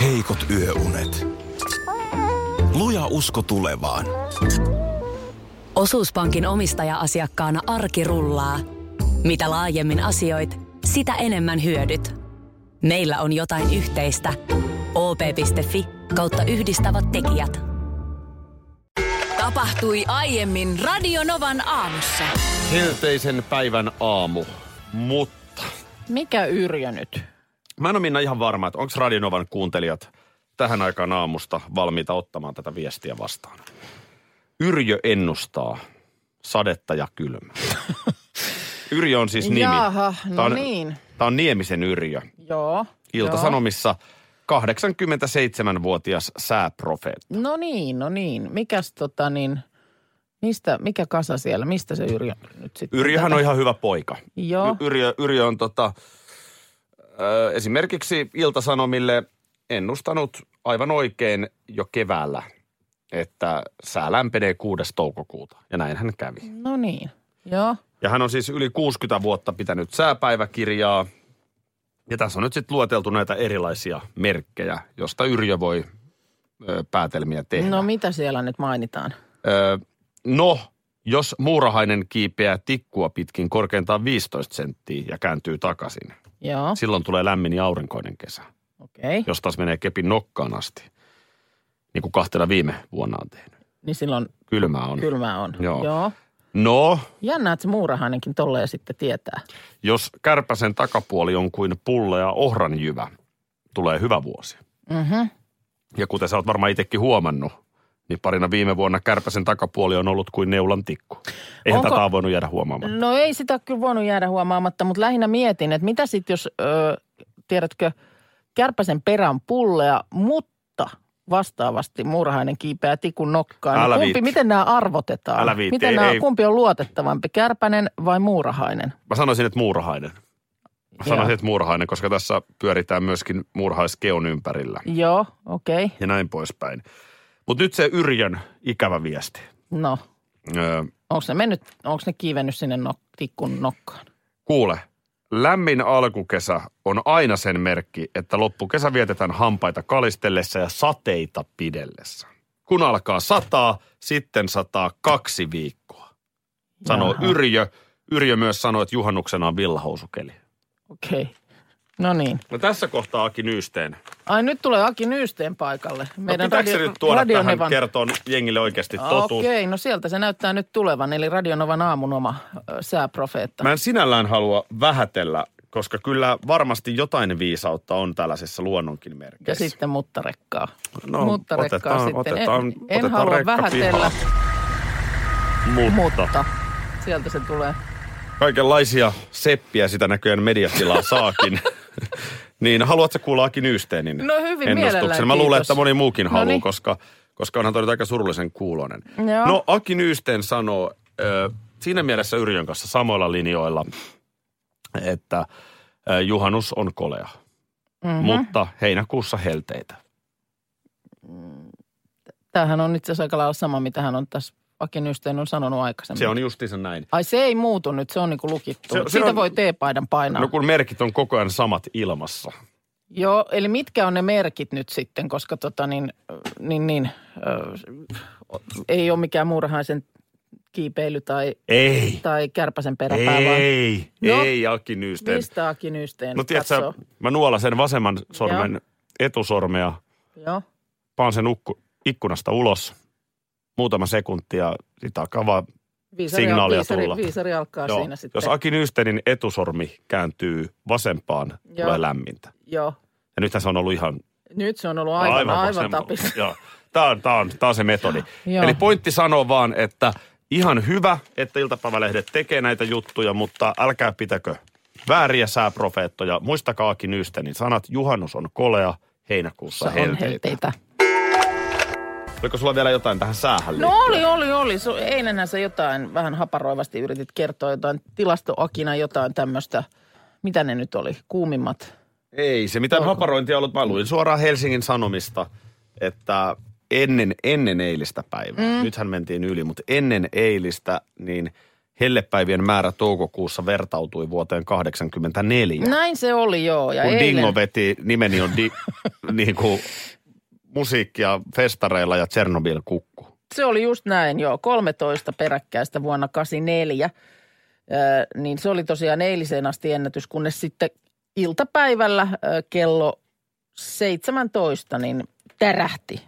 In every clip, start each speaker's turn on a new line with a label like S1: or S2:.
S1: heikot yöunet. Luja usko tulevaan.
S2: Osuuspankin omistaja-asiakkaana arki rullaa. Mitä laajemmin asioit, sitä enemmän hyödyt. Meillä on jotain yhteistä. op.fi kautta yhdistävät tekijät.
S3: Tapahtui aiemmin Radionovan aamussa.
S4: Helteisen päivän aamu, mutta
S5: Mikä Yrjö nyt?
S4: mä en ole Minna ihan varma, että onko Radionovan kuuntelijat tähän aikaan aamusta valmiita ottamaan tätä viestiä vastaan. Yrjö ennustaa sadetta ja kylmää. Yrjö on siis nimi.
S5: Jaha,
S4: Tää
S5: no
S4: on,
S5: niin.
S4: Tämä on Niemisen Yrjö.
S5: Joo.
S4: Ilta-Sanomissa 87-vuotias sääprofeetta.
S5: Joo. No niin, no niin. Mikäs tota niin, mistä, mikä kasa siellä, mistä se Yrjö nyt sitten?
S4: Yrjöhän on ihan hyvä poika.
S5: Joo.
S4: Y- Yrjö, Yrjö on tota, ö, esimerkiksi Iltasanomille ennustanut aivan oikein jo keväällä, että sää lämpenee 6. toukokuuta. Ja näin hän kävi.
S5: No niin, joo.
S4: Ja hän on siis yli 60 vuotta pitänyt sääpäiväkirjaa. Ja tässä on nyt sitten lueteltu näitä erilaisia merkkejä, josta Yrjö voi ö, päätelmiä tehdä.
S5: No mitä siellä nyt mainitaan?
S4: Öö, no, jos muurahainen kiipeää tikkua pitkin korkeintaan 15 senttiä ja kääntyy takaisin,
S5: Joo,
S4: silloin tulee lämmin ja aurinkoinen kesä.
S5: okei. Okay.
S4: Jos taas menee kepin nokkaan asti, niin kuin kahtena viime vuonna on tehnyt.
S5: Niin silloin
S4: Kylmää on.
S5: kylmää on.
S4: Joo.
S5: joo.
S4: No,
S5: Jännä, että se muurahainenkin tolleen sitten tietää.
S4: jos kärpäsen takapuoli on kuin pulla ja ohranjyvä, tulee hyvä vuosi.
S5: Mhm.
S4: Ja kuten sä oot varmaan itsekin huomannut, niin parina viime vuonna kärpäsen takapuoli on ollut kuin neulan tikku. Eihän
S5: Onko-
S4: tätä ole voinut jäädä huomaamaan.
S5: No ei sitä kyllä voinut jäädä huomaamatta, mutta lähinnä mietin, että mitä sitten jos, ö, tiedätkö, kärpäsen perän pullea, mutta vastaavasti murhainen kiipeää tikun nokkaan.
S4: Älä
S5: kumpi,
S4: viitti.
S5: miten nämä arvotetaan?
S4: Älä viitti,
S5: miten
S4: ei-
S5: nämä,
S4: ei.
S5: Kumpi on luotettavampi, kärpänen vai muurahainen?
S4: Mä sanoisin, että muurahainen. Mä
S5: Joo.
S4: sanoisin, että muurahainen, koska tässä pyöritään myöskin muurahaiskeon ympärillä
S5: Joo, okei. Okay.
S4: ja näin poispäin. Mutta nyt se Yrjön ikävä viesti.
S5: No,
S4: Öö,
S5: onko ne mennyt, onko ne kiivennyt sinne nok- tikkun nokkaan?
S4: kuule, lämmin alkukesä on aina sen merkki, että loppukesä vietetään hampaita kalistellessa ja sateita pidellessä. Kun alkaa sataa, sitten sataa kaksi viikkoa. Sanoo
S5: Jaha.
S4: Yrjö. Yrjö myös sanoi, että juhannuksena on villahousukeli.
S5: Okei. Okay. No niin.
S4: No tässä kohtaa Aki Nyysteen
S5: Ai nyt tulee Aki Nyysteen paikalle.
S4: Meidän no, radio, nyt tuoda tähän
S5: Radionevan-
S4: kertoon jengille oikeasti totuus?
S5: Okei, no sieltä se näyttää nyt tulevan, eli Radionovan aamun oma ö, sääprofeetta.
S4: Mä en sinällään halua vähätellä, koska kyllä varmasti jotain viisautta on tällaisessa luonnonkin merkissä.
S5: Ja sitten muttarekkaa.
S4: No,
S5: muttarekkaa
S4: otetaan-
S5: sitten.
S4: otetaan-
S5: en, en
S4: otetaan
S5: halua
S4: rekka
S5: vähätellä,
S4: Mutta,
S5: mutta sieltä se tulee.
S4: Kaikenlaisia seppiä sitä näköjään mediatilaa saakin. niin haluatko kuulla Aki Nysteenin
S5: No hyvin
S4: ennustuksen?
S5: mielellään,
S4: Mä luulen,
S5: kiitos. No
S4: että moni muukin haluaa,
S5: Noniin.
S4: koska, koska onhan toi nyt aika surullisen kuulonen.
S5: Joo.
S4: No Aki Nysteen sanoo ö, siinä mielessä Yrjön kanssa samoilla linjoilla, että ö, juhannus on kolea.
S5: Mm-hmm.
S4: mutta heinäkuussa helteitä.
S5: Tämähän on itse asiassa aika lailla sama, mitä hän on tässä Aki Nysteen on sanonut aikaisemmin.
S4: Se on justiinsa näin.
S5: Ai se ei muutu nyt, se on niinku lukittu.
S4: Se-
S5: Se,
S4: se
S5: Siitä
S4: on-
S5: voi teepaidan painaa.
S4: No kun merkit on koko ajan samat ilmassa.
S5: Joo, eli mitkä on ne merkit nyt sitten, koska tota niin, ö, niin, niin ö, ei ole mikään muurahaisen kiipeily tai,
S4: Ei.
S5: tai kärpäsen peräpää, vaan
S4: Ei.
S5: No.
S4: Ei, Aki Nysteen.
S5: mistä Aki Nysteen
S4: No tiedätkö,
S5: katsoo?
S4: mä nuolan sen vasemman sormen etusormea,
S5: Joo.
S4: paan sen ukku, ikkunasta ulos muutama sekunti ja sit alkaa vaan,
S5: Viisari,
S4: Signaalia
S5: viisari,
S4: tulla.
S5: Viisari alkaa
S4: joo,
S5: siinä sitten.
S4: jos Aki Nysteenin etusormi kääntyy vasempaan,
S5: Joo.
S4: tulee lämmintä.
S5: Joo.
S4: Ja nythän se on ollut ihan
S5: Nyt se on ollut aivan, aivan, aivan
S4: vasemmalla.
S5: tapissa.
S4: Joo. Tämä on, tämä, on, tämä on se metodi.
S5: Joo.
S4: Eli pointti sanoo vaan, että ihan hyvä, että iltapäivälehdet tekee näitä juttuja, mutta älkää pitäkö vääriä sääprofeettoja. Muistakaa Aki Nystenin sanat, juhannus on kolea, heinäkuussa
S5: On
S4: helteitä.
S5: helteitä.
S4: Oliko sulla vielä jotain tähän säähän
S5: No
S4: liittyen?
S5: oli, oli, oli. Su- Eilenhän sä jotain vähän haparoivasti yritit kertoa jotain tilastoakina jotain tämmöistä. Mitä ne nyt oli? Kuumimmat
S4: Ei se mitään haparointia ollut. Mä luin suoraan Helsingin Sanomista, että ennen, ennen eilistä päivää, mm. nythän mentiin yli, mutta ennen eilistä, niin hellepäivien määrä toukokuussa vertautui vuoteen 84.
S5: Näin se oli, joo. No, Ja
S4: kun
S5: eilen,
S4: Dingo veti, nimeni on di, niin kuin musiikkia festareilla ja Tsernobyl kukku.
S5: Se oli just näin, joo. 13 peräkkäistä vuonna 84. Ö, niin se oli tosiaan eiliseen asti ennätys, kunnes sitten iltapäivällä ö, kello 17 niin tärähti.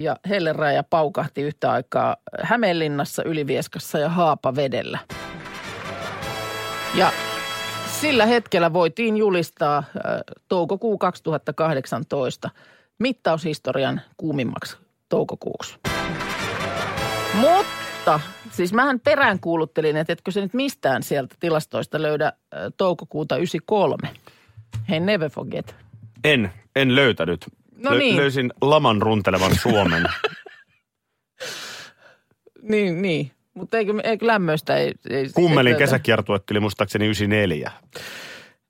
S5: Ja helleraja paukahti yhtä aikaa Hämeenlinnassa, Ylivieskassa ja Haapavedellä. Ja sillä hetkellä voitiin julistaa ö, toukokuu 2018 mittaushistorian kuumimmaksi toukokuuksi. Mutta, siis mähän peräänkuuluttelin, että etkö se nyt mistään sieltä tilastoista löydä ö, toukokuuta 93. Hei, never forget.
S4: En, en löytänyt.
S5: No niin.
S4: Löysin laman runtelevan Suomen.
S5: Niin, niin. Mutta eikö, eikö lämmöistä ei... ei
S4: Kummelin
S5: ei löydä?
S4: kesäkiertue tuli muistaakseni 94.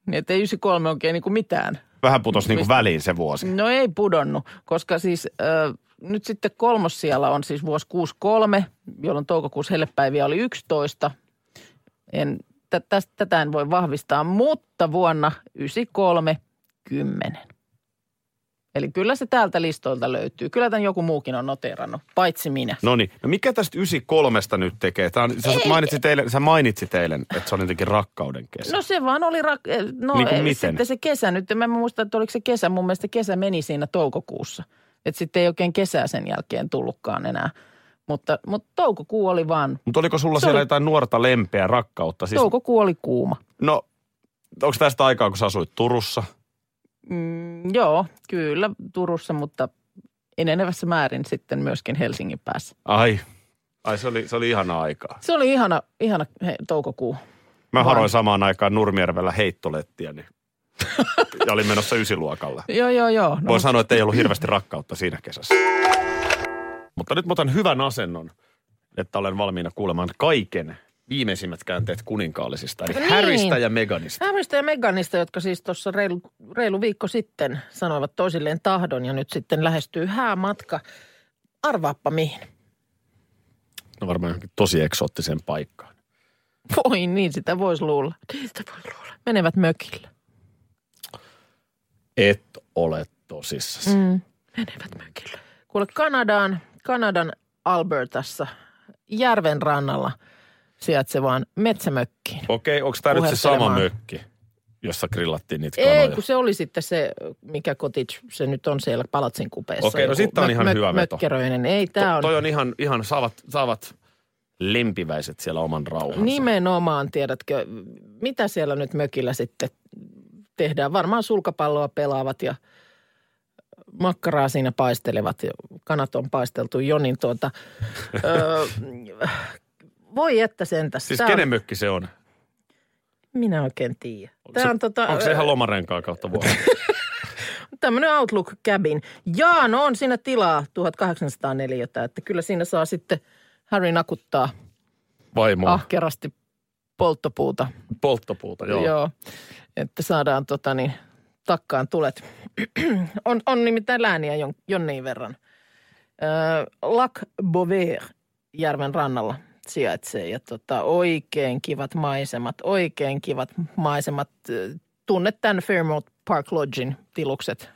S5: Niin, että ei 93 oikein niin kuin mitään.
S4: Vähän putosi niinku
S5: Mistä?
S4: väliin se vuosi.
S5: No ei pudonnut, koska siis äh, nyt sitten kolmos siellä on siis vuosi 63, jolloin toukokuussa hellepäiviä oli 11. En, tä, tästä, tätä en voi vahvistaa, mutta vuonna 93 10. Eli kyllä se täältä listoilta löytyy. Kyllä tämän joku muukin on noteerannut, paitsi minä.
S4: No niin, no mikä tästä 93 nyt tekee? Tää on, sä, mainitsit eilen, sä mainitsit eilen, että se on jotenkin rakkauden kesä.
S5: No se vaan oli, rak- eh, no
S4: Niin kuin
S5: eh,
S4: miten?
S5: sitten se kesä nyt, mä en muista, että oliko se kesä, mun mielestä kesä meni siinä toukokuussa. Että sitten ei oikein kesää sen jälkeen tullutkaan enää. Mutta, mutta toukokuu oli vaan,
S4: Mutta oliko sulla
S5: se
S4: siellä
S5: oli-
S4: jotain nuorta lempeä rakkautta?
S5: siis...
S4: Siis,
S5: toukokuu oli kuuma.
S4: no, onko tästä aikaa, kun sä asuit Turussa?
S5: Mm, joo, kyllä Turussa, mutta enenevässä määrin sitten myöskin Helsingin päässä.
S4: Ai, ai se oli, se oli ihana aikaa.
S5: Se oli ihana, ihana he, toukokuu.
S4: Mä
S5: Vaan-
S4: haroin samaan aikaan Nurmijärvellä heittolettiä, niin, ja olin menossa ysiluokalle.
S5: Joo, joo, joo. No,
S4: Voin sanoa, että ei ollut hirveästi rakkautta siinä kesässä. Mutta nyt mä otan hyvän asennon, että olen valmiina kuulemaan kaiken viimeisimmät käänteet kuninkaallisista, eli
S5: Niin.
S4: Häristä ja Meganista.
S5: Hämistä ja Meganista, jotka siis tuossa reilu, reilu viikko sitten sanoivat toisilleen tahdon ja nyt sitten lähestyy häämatka. Arvaappa mihin.
S4: No varmaan johonkin tosi eksoottiseen paikkaan.
S5: Voi niin, sitä voisi luulla. Niin sitä voisi luulla. Menevät mökille.
S4: Et ole tosissasi.
S5: Mm. Menevät mökille. Kuule Kanadaan, Kanadan Albertassa, järven rannalla sijaitsevaan metsämökkiin.
S4: Okei, onko tämä nyt se sama
S5: Puhertelemaan.
S4: mökki, jossa grillattiin niitä
S5: Ei,
S4: kanoja?
S5: kun se oli sitten se, mikä cottage, se nyt on siellä Palatsin kupeessa.
S4: Okei, no
S5: Joku
S4: sitten on ihan hyvä veto.
S5: Mökkeröinen, ei tämä on.
S4: To, toi on ihan, ihan saavat, saavat lempiväiset siellä oman rauhansa.
S5: Nimenomaan, tiedätkö, mitä siellä nyt mökillä sitten tehdään? Varmaan sulkapalloa pelaavat ja makkaraa siinä paistelevat. ja Kanat on paisteltu jo, niin tuota, ö, voi että sentäs.
S4: Siis
S5: Tää on-
S4: kenen mökki se on?
S5: Minä oikein tiedän. Tämä
S4: se-
S5: on tota, Ah.
S4: Onko se ihan lomarenkaa kautta vuosi?
S5: tämmöinen Outlook Cabin. Jaa, no on siinä tilaa 1804, että kyllä siinä saa sitten Harry nakuttaa
S4: Vaimoa. Ah.
S5: ahkerasti polttopuuta.
S4: Polttopuuta, joo.
S5: Joo, että saadaan tota niin, takkaan tulet. on, on nimittäin lääniä jon, jonnin verran. Öö, Lac Beauvais järven rannalla sijaitsee ja tota, oikein kivat maisemat, oikein kivat maisemat. Ö, Tunnet tämän Fairmount Park Lodgin tilukset.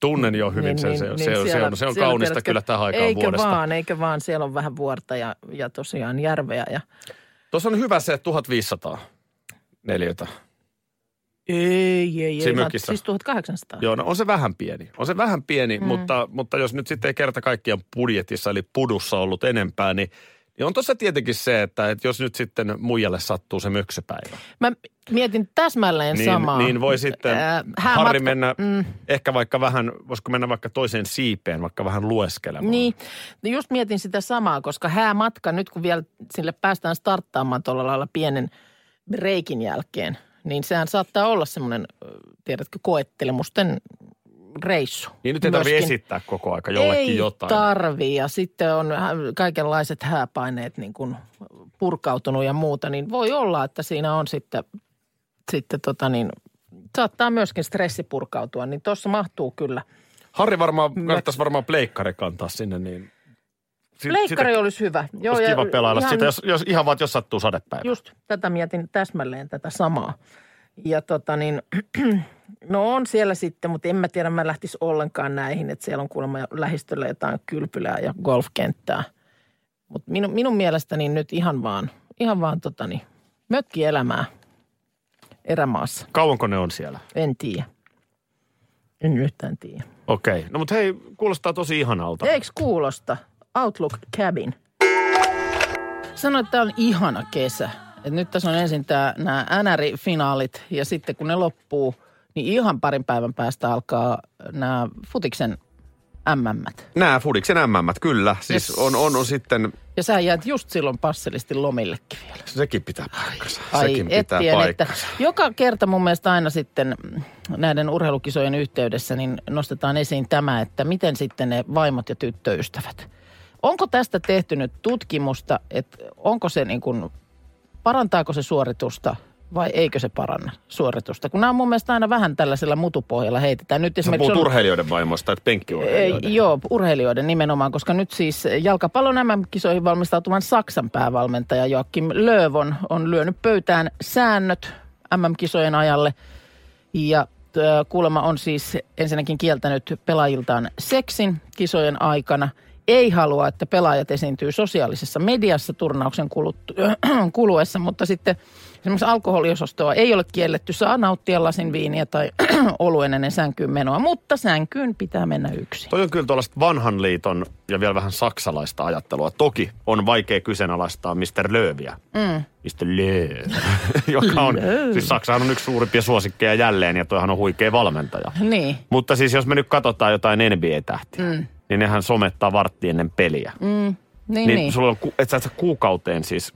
S4: Tunnen jo hyvin
S5: Niin,
S4: niin, sen.
S5: niin,
S4: Se, niin,
S5: niin
S4: se, on, se,
S5: siellä-
S4: on, se on
S5: siellä
S4: kaunista
S5: tiedätkö,
S4: kyllä tähän aikaan
S5: Eikö
S4: vuodesta.
S5: vaan, eikö vaan. Siellä on vähän vuorta ja, ja tosiaan järveä. Ja...
S4: Tuossa on hyvä se 1500 neliötä.
S5: Ei, ei, ei.
S4: Siinä
S5: vaan-
S4: mökissä.
S5: Siis 1800.
S4: Joo, no on se vähän pieni. On se vähän pieni, mm. mutta, mutta jos nyt sitten ei kerta kaikkiaan budjetissa eli pudussa ollut enempää, niin, niin on tuossa tietenkin se, että, että jos nyt sitten muijalle sattuu se möksypäivä,
S5: Mä mietin täsmälleen
S4: niin,
S5: samaa.
S4: niin voi sitten
S5: Ää,
S4: äh, Harri
S5: häämatka-
S4: mennä
S5: Mm,
S4: ehkä vaikka vähän, voisiko mennä vaikka toiseen siipeen, vaikka vähän lueskelemaan.
S5: niin, no just mietin sitä samaa, koska häämatka, nyt kun vielä sille päästään starttaamaan tuolla lailla pienen reikin jälkeen, niin sehän saattaa olla semmoinen, ö, tiedätkö, koettelemusten reissu.
S4: Niin nyt ei tarvitse
S5: Myöskin-
S4: esittää koko aika jollekin
S5: ei
S4: jotain.
S5: tarvii ja sitten on hä- kaikenlaiset hääpaineet niin kuin purkautunut ja muuta, niin voi olla, että siinä on sitten, sitten tota niin, saattaa myöskin stressi purkautua, niin tuossa mahtuu kyllä.
S4: Harri varmaan, kannattaisi varmaan pleikkari kantaa sinne, niin... Si-
S5: Leikkari
S4: sitä,
S5: olisi hyvä.
S4: joo, olisi
S5: ja
S4: kiva pelailla
S5: ihan-
S4: ihan, sitä, jos, jos, ihan vaan, että jos sattuu sadepäivä.
S5: Just tätä mietin täsmälleen tätä samaa. Ja tota niin, No on siellä sitten, mutta en mä tiedä, mä lähtisi ollenkaan näihin, että siellä on kuulemma lähistöllä jotain kylpylää ja golfkenttää. Mutta minun, minun mielestäni nyt ihan vaan, ihan vaan tota niin, totani, mökkielämää erämaassa.
S4: Kauanko ne on siellä?
S5: En tiedä. En yhtään tiedä.
S4: Okei. No mutta hei, kuulostaa tosi ihanalta.
S5: Eiks kuulosta? Outlook Cabin. Sano, että tämä on ihana kesä. Et nyt tässä on ensin tää, nämä NR-finaalit ja sitten kun ne loppuu, niin ihan parin päivän päästä alkaa nämä futiksen MM-mät.
S4: Nää Fudiksen MM, kyllä. Siis on, on, on sitten,
S5: Ja sä jäät just silloin passelisti lomillekin vielä.
S4: sekin pitää paikkansa.
S5: Ai
S4: sekin
S5: et
S4: pitää
S5: tiedä, että
S4: paikkansa.
S5: joka kerta mun mielestä aina sitten mm, näiden urheilukisojen yhteydessä niin nostetaan esiin tämä, että miten sitten ne vaimot ja tyttöystävät. Onko tästä tehty nyt tutkimusta, että onko se niin kuin, parantaako se suoritusta vai eikö se paranna suoritusta? Kun nämä on mun mielestä aina vähän tällaisella mutupohjalla heitetään. Nyt
S4: Sä
S5: esimerkiksi
S4: puhut
S5: on-
S4: urheilijoiden vaimoista, että penkkiurheilijoiden.
S5: ei, joo, urheilijoiden nimenomaan, koska nyt siis jalkapallon MM-kisoihin valmistautuvan Saksan päävalmentaja Joakim Löövon on lyönyt pöytään säännöt MM-kisojen ajalle. Ja ö, kuulemma on siis ensinnäkin kieltänyt pelaajiltaan seksin kisojen aikana. Ei halua, että pelaajat esiintyy sosiaalisessa mediassa turnauksen kulut- kuluessa, mutta sitten esimerkiksi alkoholiosastoa ei ole kielletty. Saa nauttia lasin viiniä tai oluen ennen sänkyyn menoa, mutta sänkyyn pitää mennä yksin.
S4: Toi on kyllä tuollaista vanhan liiton ja vielä vähän saksalaista ajattelua. Toki on vaikea kyseenalaistaa Mr. Lööviä. Mm. Mr. Lööv, joka on, siis Saksahan on yksi suurimpia suosikkeja jälleen ja toihan on huikea valmentaja.
S5: Niin.
S4: Mutta siis jos me nyt katsotaan jotain NBA-tähtiä, mm. niin nehän somettaa vartti ennen peliä. Mm.
S5: Niin,
S4: Niin,
S5: niin.
S4: niin. sulla on, ku- et sä et sä kuukauteen siis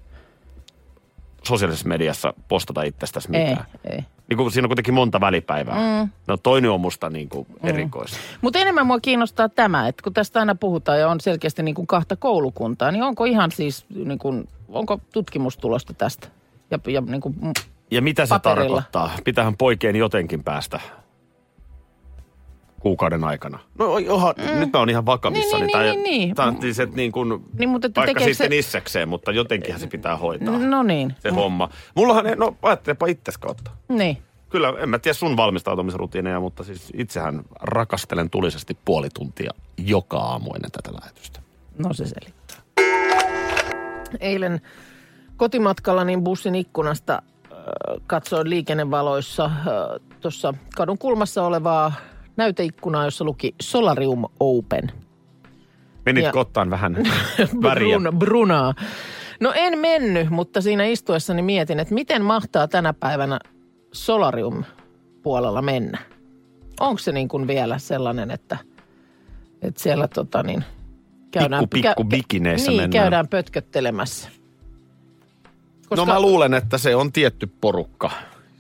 S4: sosiaalisessa mediassa postata itsestäsi
S5: Ei,
S4: mitään.
S5: ei.
S4: Niin kun siinä on kuitenkin monta välipäivää. Mm. No toinen on musta niin kuin
S5: Mm.
S4: erikoista.
S5: Mutta enemmän mua kiinnostaa tämä, että kun tästä aina puhutaan ja on selkeästi niin kuin kahta koulukuntaa, niin onko ihan siis, niin kuin, onko tutkimustulosta tästä? Ja, ja niin kuin, mm,
S4: Ja mitä se
S5: Paperilla.
S4: tarkoittaa? Pitähän poikien jotenkin päästä kuukauden aikana. No oha, mm. nyt mä oon ihan vakavissa.
S5: Niin, niin, niin, niin, niin.
S4: Tämä, siis, että niin kun,
S5: Niin, mutta että
S4: vaikka
S5: tekeekö
S4: sitten
S5: se-
S4: issekseen, mutta jotenkinhan se pitää hoitaa.
S5: no niin,
S4: se homma. Mullahan, ei- no ajattelepa itses kautta.
S5: niin.
S4: Kyllä, en mä tiedä sun valmistautumisrutiineja, mutta siis itsehän rakastelen tulisesti puoli tuntia joka aamu ennen tätä lähetystä.
S5: No se selittää. Eilen kotimatkalla niin bussin ikkunasta äh, katsoin liikennevaloissa äh, tuossa kadun kulmassa olevaa näyteikkunaa, jossa luki Solarium Open –
S4: Menit
S5: Ja-
S4: kottaan vähän väriä.
S5: Brun, brunaa. No en mennyt, mutta siinä istuessani mietin, että miten mahtaa tänä päivänä solarium-puolella mennä. Onko se niin kuin vielä sellainen, että, että siellä tota niin, käydään,
S4: Pikku- pikku bikineissä
S5: niin,
S4: mennään.
S5: käydään pötköttelemässä.
S4: No mä luulen, että se on tietty porukka,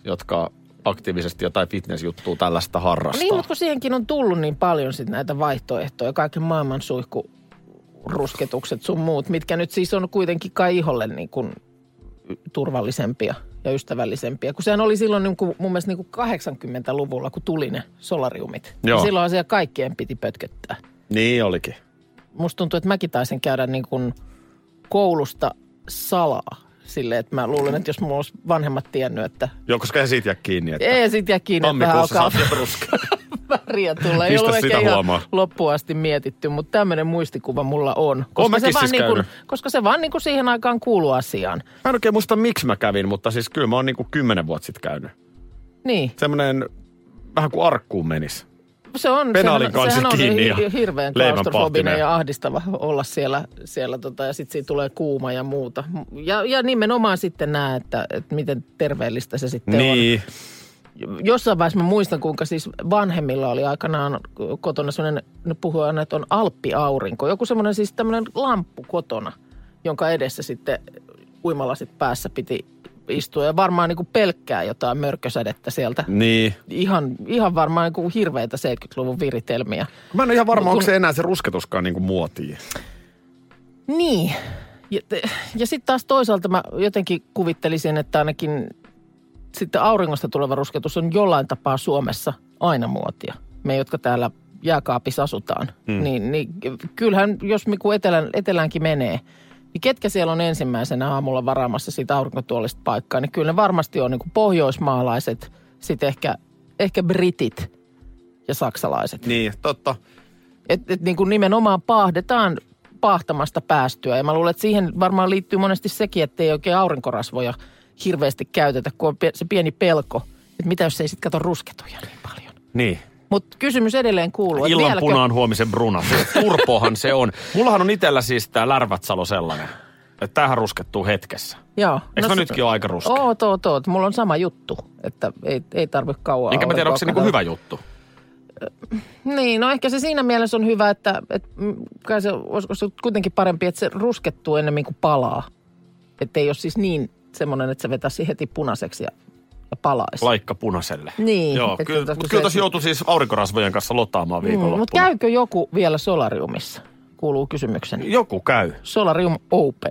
S4: jotka aktiivisesti jotain fitnessjuttua tällaista harrastaa.
S5: Niin, mutta kun siihenkin on tullut niin paljon sit näitä vaihtoehtoja, kaiken maailman suihku rusketukset sun muut, mitkä nyt siis on kuitenkin kai iholle niin kuin y- turvallisempia ja ystävällisempiä. Kun sehän oli silloin niin kuin, mun mielestä niin kuin 80-luvulla, kun tuli ne solariumit.
S4: Joo.
S5: Joo. Silloin asia kaikkien piti pötköttää.
S4: niin olikin.
S5: Musta tuntuu, että mäkin taisin käydä niin kuin koulusta salaa silleen, että mä luulen, että jos mulla olisi vanhemmat tiennyt, että
S4: Joo, koska ei siitä jää kiinni, että
S5: ei sit jää kiinni, että vähän
S4: tammikuussa
S5: alkaa
S4: saat jebruskaa.
S5: väriä tulla. Ei
S4: Pistä
S5: ollut
S4: sitä
S5: ehkä ihan
S4: huomaa.
S5: loppuun asti mietitty, mutta tämmöinen muistikuva mulla on. Koska se
S4: mäkin
S5: vaan,
S4: siis
S5: niin kuin,
S4: käynyt.
S5: koska se vaan niin kuin siihen aikaan kuuluu asiaan.
S4: Mä en oikein muista, miksi mä kävin, mutta siis kyllä mä oon niinku kymmenen vuotta sitten käynyt.
S5: Niin,
S4: Semmoinen vähän kuin arkkuun menis.
S5: se on,
S4: Penaalin
S5: sehän,
S4: kansi
S5: sehän on
S4: kiinni ja
S5: hi- hirveän
S4: leivän
S5: klaustrofobinen
S4: pahtinen.
S5: ja ahdistava olla siellä, siellä tota, ja sitten siinä tulee kuuma ja muuta. Ja, ja nimenomaan sitten nämä, että, että miten terveellistä se sitten
S4: Niin,
S5: on. jossain vaiheessa mä muistan, kuinka siis vanhemmilla oli aikanaan kotona sellainen, ne puhuu aina, että on alppiaurinko. Joku semmoinen siis tämmöinen lamppu kotona, jonka edessä sitten uimalasit päässä piti istua. Ja varmaan niin kuin pelkkää jotain mörkösädettä sieltä.
S4: Niin.
S5: Ihan, ihan varmaan niin kuin hirveitä 70-luvun viritelmiä.
S4: Mä en ole ihan varma,
S5: Mut
S4: onko
S5: kun-
S4: se enää se rusketuskaan niinku muotiin.
S5: Niin. Ja, te- ja sitten taas toisaalta mä jotenkin kuvittelisin, että ainakin sitten auringosta tuleva rusketus on jollain tapaa Suomessa aina muotia. Me, jotka täällä jääkaapissa asutaan, mm. niin, niin kyllähän jos miku etelän, eteläänkin menee, niin ketkä siellä on ensimmäisenä aamulla varaamassa siitä aurinkotuolista paikkaa, niin kyllä ne varmasti on niin pohjoismaalaiset, sitten niinku ehkä ehkä britit ja saksalaiset.
S4: Niin, totta.
S5: Et, et niin kuin nimenomaan paahdetaan paahtamasta päästyä. Ja mä luulen, että siihen varmaan liittyy monesti sekin, että ei oikein aurinkorasvoja hirveästi käytetä, kun on pie- se pieni pelko. Että mitä jos ei sitten kato rusketuja niin paljon.
S4: Niin.
S5: Mutta kysymys edelleen kuuluu, että
S4: Illan
S5: vieläkö...
S4: punaan huomisen bruna. Se Turpohan se on. Mullahan on itellä siis tää Lärvätsalo sellainen, että tämähän ruskettuu hetkessä.
S5: Joo. no
S4: Eikö mä
S5: se-
S4: nytkin ole aika ruskea?
S5: Oot, oot, oot. Mulla on sama juttu, että ei, ei tarvitse kauan
S4: Enkä mä tiedä, onko se niinku
S5: aurinkoa
S4: hyvä juttu.
S5: Niin, no ehkä se siinä mielessä on hyvä, että, että mm, kai se, olisiko se kuitenkin parempi, että se ruskettuu ennemmin kuin palaa. Että ei ole siis niin semmoinen, että se vetäisi heti punaiseksi ja, ja palaisi.
S4: Laikka punaiselle.
S5: Niin,
S4: Joo,
S5: että
S4: kyllä,
S5: tässä kun
S4: mutta kyllä
S5: se- Mm,
S4: tässä joutuu siis aurinkorasvojen kanssa lotaamaan viikonloppuna.
S5: mutta käykö joku vielä solariumissa? Kuuluu kysymykseni.
S4: Joku käy.
S5: Solarium Open.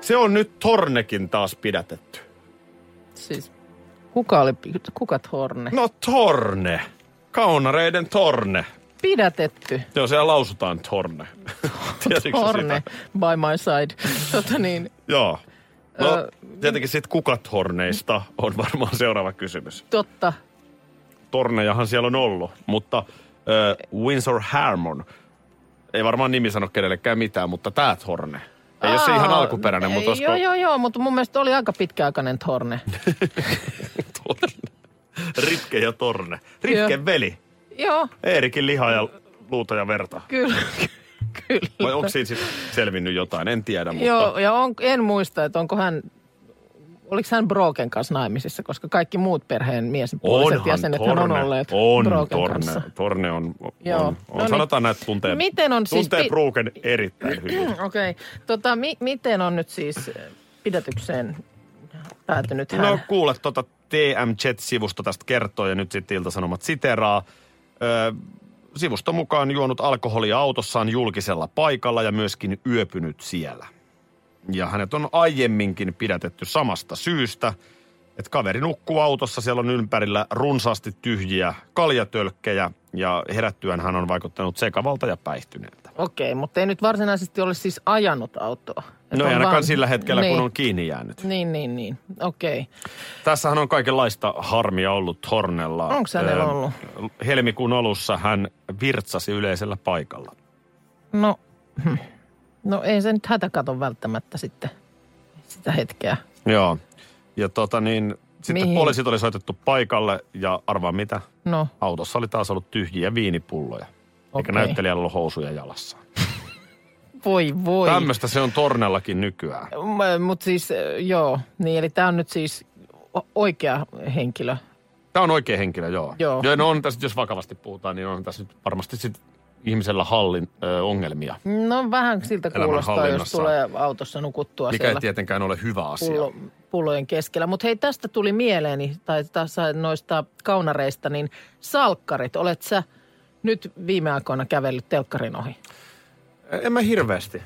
S4: Se on nyt Tornekin taas pidätetty.
S5: Siis kuka oli, kuka Horne?
S4: No Torne. Kaunareiden Torne.
S5: Pidätetty.
S4: Joo, siellä lausutaan Torne. Tiesitkö sä
S5: Horne
S4: sitä?
S5: by my side. Tota niin,
S4: Joo. No,
S5: Ö,
S4: tietenkin sitten kuka Torneista on varmaan seuraava kysymys.
S5: totta.
S4: Tornejahan siellä on ollut, mutta äh, Windsor Harmon. Ei varmaan nimi sano kenellekään mitään, mutta tää Torne. Ei ole se
S5: Aa,
S4: ihan alkuperäinen, mutta olisiko...
S5: Joo, joo, joo, mutta mun mielestä oli aika pitkäaikainen Horne.
S4: Torne. Ritke ja Torne. Ritken
S5: Joo.
S4: veli.
S5: joo,
S4: Eerikin liha ja luuta ja verta.
S5: Kyllä, kyllä.
S4: Vai onko siitä sit selvinnyt jotain? En tiedä, mutta...
S5: Joo, ja on, en muista, että onko hän, oliko hän Broken kanssa naimisissa, koska kaikki muut perheen miespuoliset jäsenet hän on olleet
S4: on
S5: Broken
S4: torne.
S5: kanssa.
S4: Torne on, on,
S5: Joo.
S4: on,
S5: No niin.
S4: sanotaan näitä tuntee,
S5: Miten on siis
S4: tuntee
S5: pi-
S4: Broken erittäin hyvin.
S5: Okei, okay. tota, mi- miten on nyt siis äh, pidätykseen päätynyt hän?
S4: No kuule, tuota TM Chat-sivusto tästä kertoo ja nyt sitten Ilta-Sanomat siteraa. Ö, sivuston mukaan juonut alkoholia autossaan julkisella paikalla ja myöskin yöpynyt siellä. Ja hänet on aiemminkin pidätetty samasta syystä, että kaveri nukkuu autossa, siellä on ympärillä runsaasti tyhjiä kaljatölkkejä ja herättyään hän on vaikuttanut sekavalta ja päihtyneeltä.
S5: Okei, okay, mutta ei nyt varsinaisesti ole siis ajanut autoa. Et
S4: No
S5: on
S4: ei ainakaan
S5: vaan-
S4: sillä hetkellä,
S5: niin,
S4: kun on kiinni jäänyt.
S5: Niin, niin, niin. Okei. Okay.
S4: Tässähän on kaikenlaista harmia ollut Hornella.
S5: Onko hänellä ollut?
S4: Helmikuun alussa hän virtsasi yleisellä paikalla.
S5: No, hm. no ei se nyt hätäkato välttämättä sitten sitä hetkeä.
S4: Joo. Ja tota niin, sitten
S5: Mihin?
S4: poliisit oli soitettu paikalle ja arvaa mitä?
S5: No,
S4: Autossa oli taas ollut tyhjiä viinipulloja. Eikä
S5: Okei.
S4: näyttelijällä ollut housuja jalassa.
S5: voi voi.
S4: Tämmöistä se on Tornellakin nykyään.
S5: Mutta siis, ö, joo, niin eli tämä on nyt siis o- oikea henkilö.
S4: Tämä on oikea henkilö, joo.
S5: Joo.
S4: Ja no on tässä, jos vakavasti puhutaan, niin on tässä nyt varmasti sit ihmisellä hallin ö, ongelmia.
S5: No vähän siltä
S4: Elämän
S5: kuulostaa, jos
S4: hallinnassa.
S5: tulee autossa nukuttua
S4: Mikä ei
S5: siellä
S4: tietenkään ole hyvä asia.
S5: pullo, pullojen keskellä. Mutta hei, tästä tuli mieleeni, tai taas noista kaunareista, niin salkkarit. Olet sä nyt viime aikoina kävellyt telkkarin ohi?
S4: En mä hirveästi.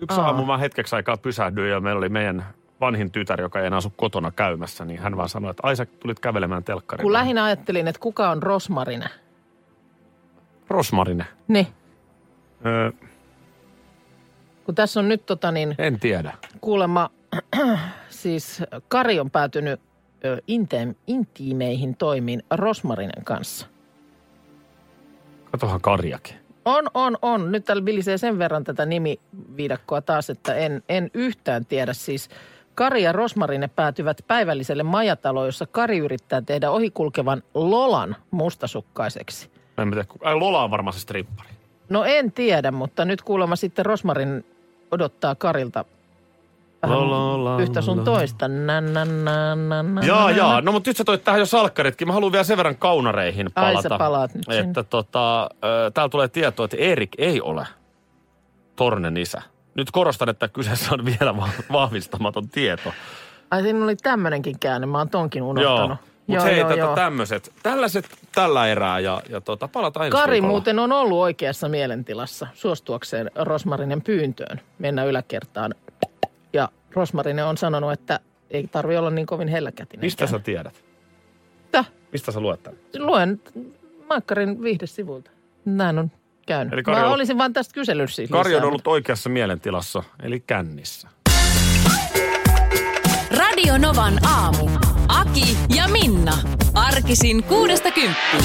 S4: Yksi
S5: Aa.
S4: aamu mä hetkeksi aikaa pysähdyin ja meillä oli meidän vanhin tytär, joka ei enää asu kotona käymässä, niin hän vaan sanoi, että Aisak, tulit kävelemään telkkarilla.
S5: Kun lähinnä ajattelin, että kuka on Rosmarina.
S4: Rosmarinen.
S5: Niin.
S4: Öö,
S5: Kun tässä on nyt tota niin,
S4: en tiedä.
S5: kuulemma siis Kari on päätynyt ö, intiim, intiimeihin toimiin Rosmarinen kanssa.
S4: Katohan Karjakin.
S5: On, on, on. Nyt täällä vilisee sen verran tätä nimiviidakkoa taas, että en, en yhtään tiedä. Siis Kari ja Rosmarine päätyvät päivälliselle majataloon, jossa Kari yrittää tehdä ohikulkevan Lolan mustasukkaiseksi.
S4: Mä en mä tiedä, ku- Ai, Lola on varmaan se strippari.
S5: No en tiedä, mutta nyt kuulemma sitten Rosmarin odottaa Karilta vähän
S4: La, la, la,
S5: yhtä sun
S4: la.
S5: toista. Na, na, na, na, na,
S4: Jaa,
S5: na,
S4: jaa.
S5: na.
S4: No, mutta nyt sä toit tähän jo salkkaritkin. Mä haluan vielä sen verran kaunareihin
S5: Ai,
S4: palata.
S5: sä palaat nyt sinne.
S4: Että tota, ö, täällä tulee tietoa, että Erik ei ole Tornen isä. Nyt korostan, että kyseessä on vielä va- vahvistamaton tieto.
S5: Ai siinä oli tämmöinenkin käänne, mä oon tonkin unohtanut.
S4: Mutta hei, tota, tämmöiset, tällaiset tällä erää ja, ja tota, palataan ensi
S5: Kari
S4: viikolla.
S5: muuten on ollut oikeassa mielentilassa suostuakseen Rosmarinen pyyntöön mennä yläkertaan. Ja Rosmarinen on sanonut, että ei tarvi olla niin kovin helläkätinen.
S4: Mistä sä tiedät?
S5: Täh,
S4: Mistä sä luet tämän?
S5: luen Maikkarin viihdesivulta. Näin on käynyt.
S4: Eli
S5: Eli
S4: Kari on
S5: mä
S4: ollut-
S5: olisin vaan tästä kysellyt siis
S4: Kari on
S5: lisää,
S4: ollut oikeassa mielentilassa, eli kännissä.
S3: Radio Novan aamu. Aki ja Minna. Arkisin kuudesta kymppiin.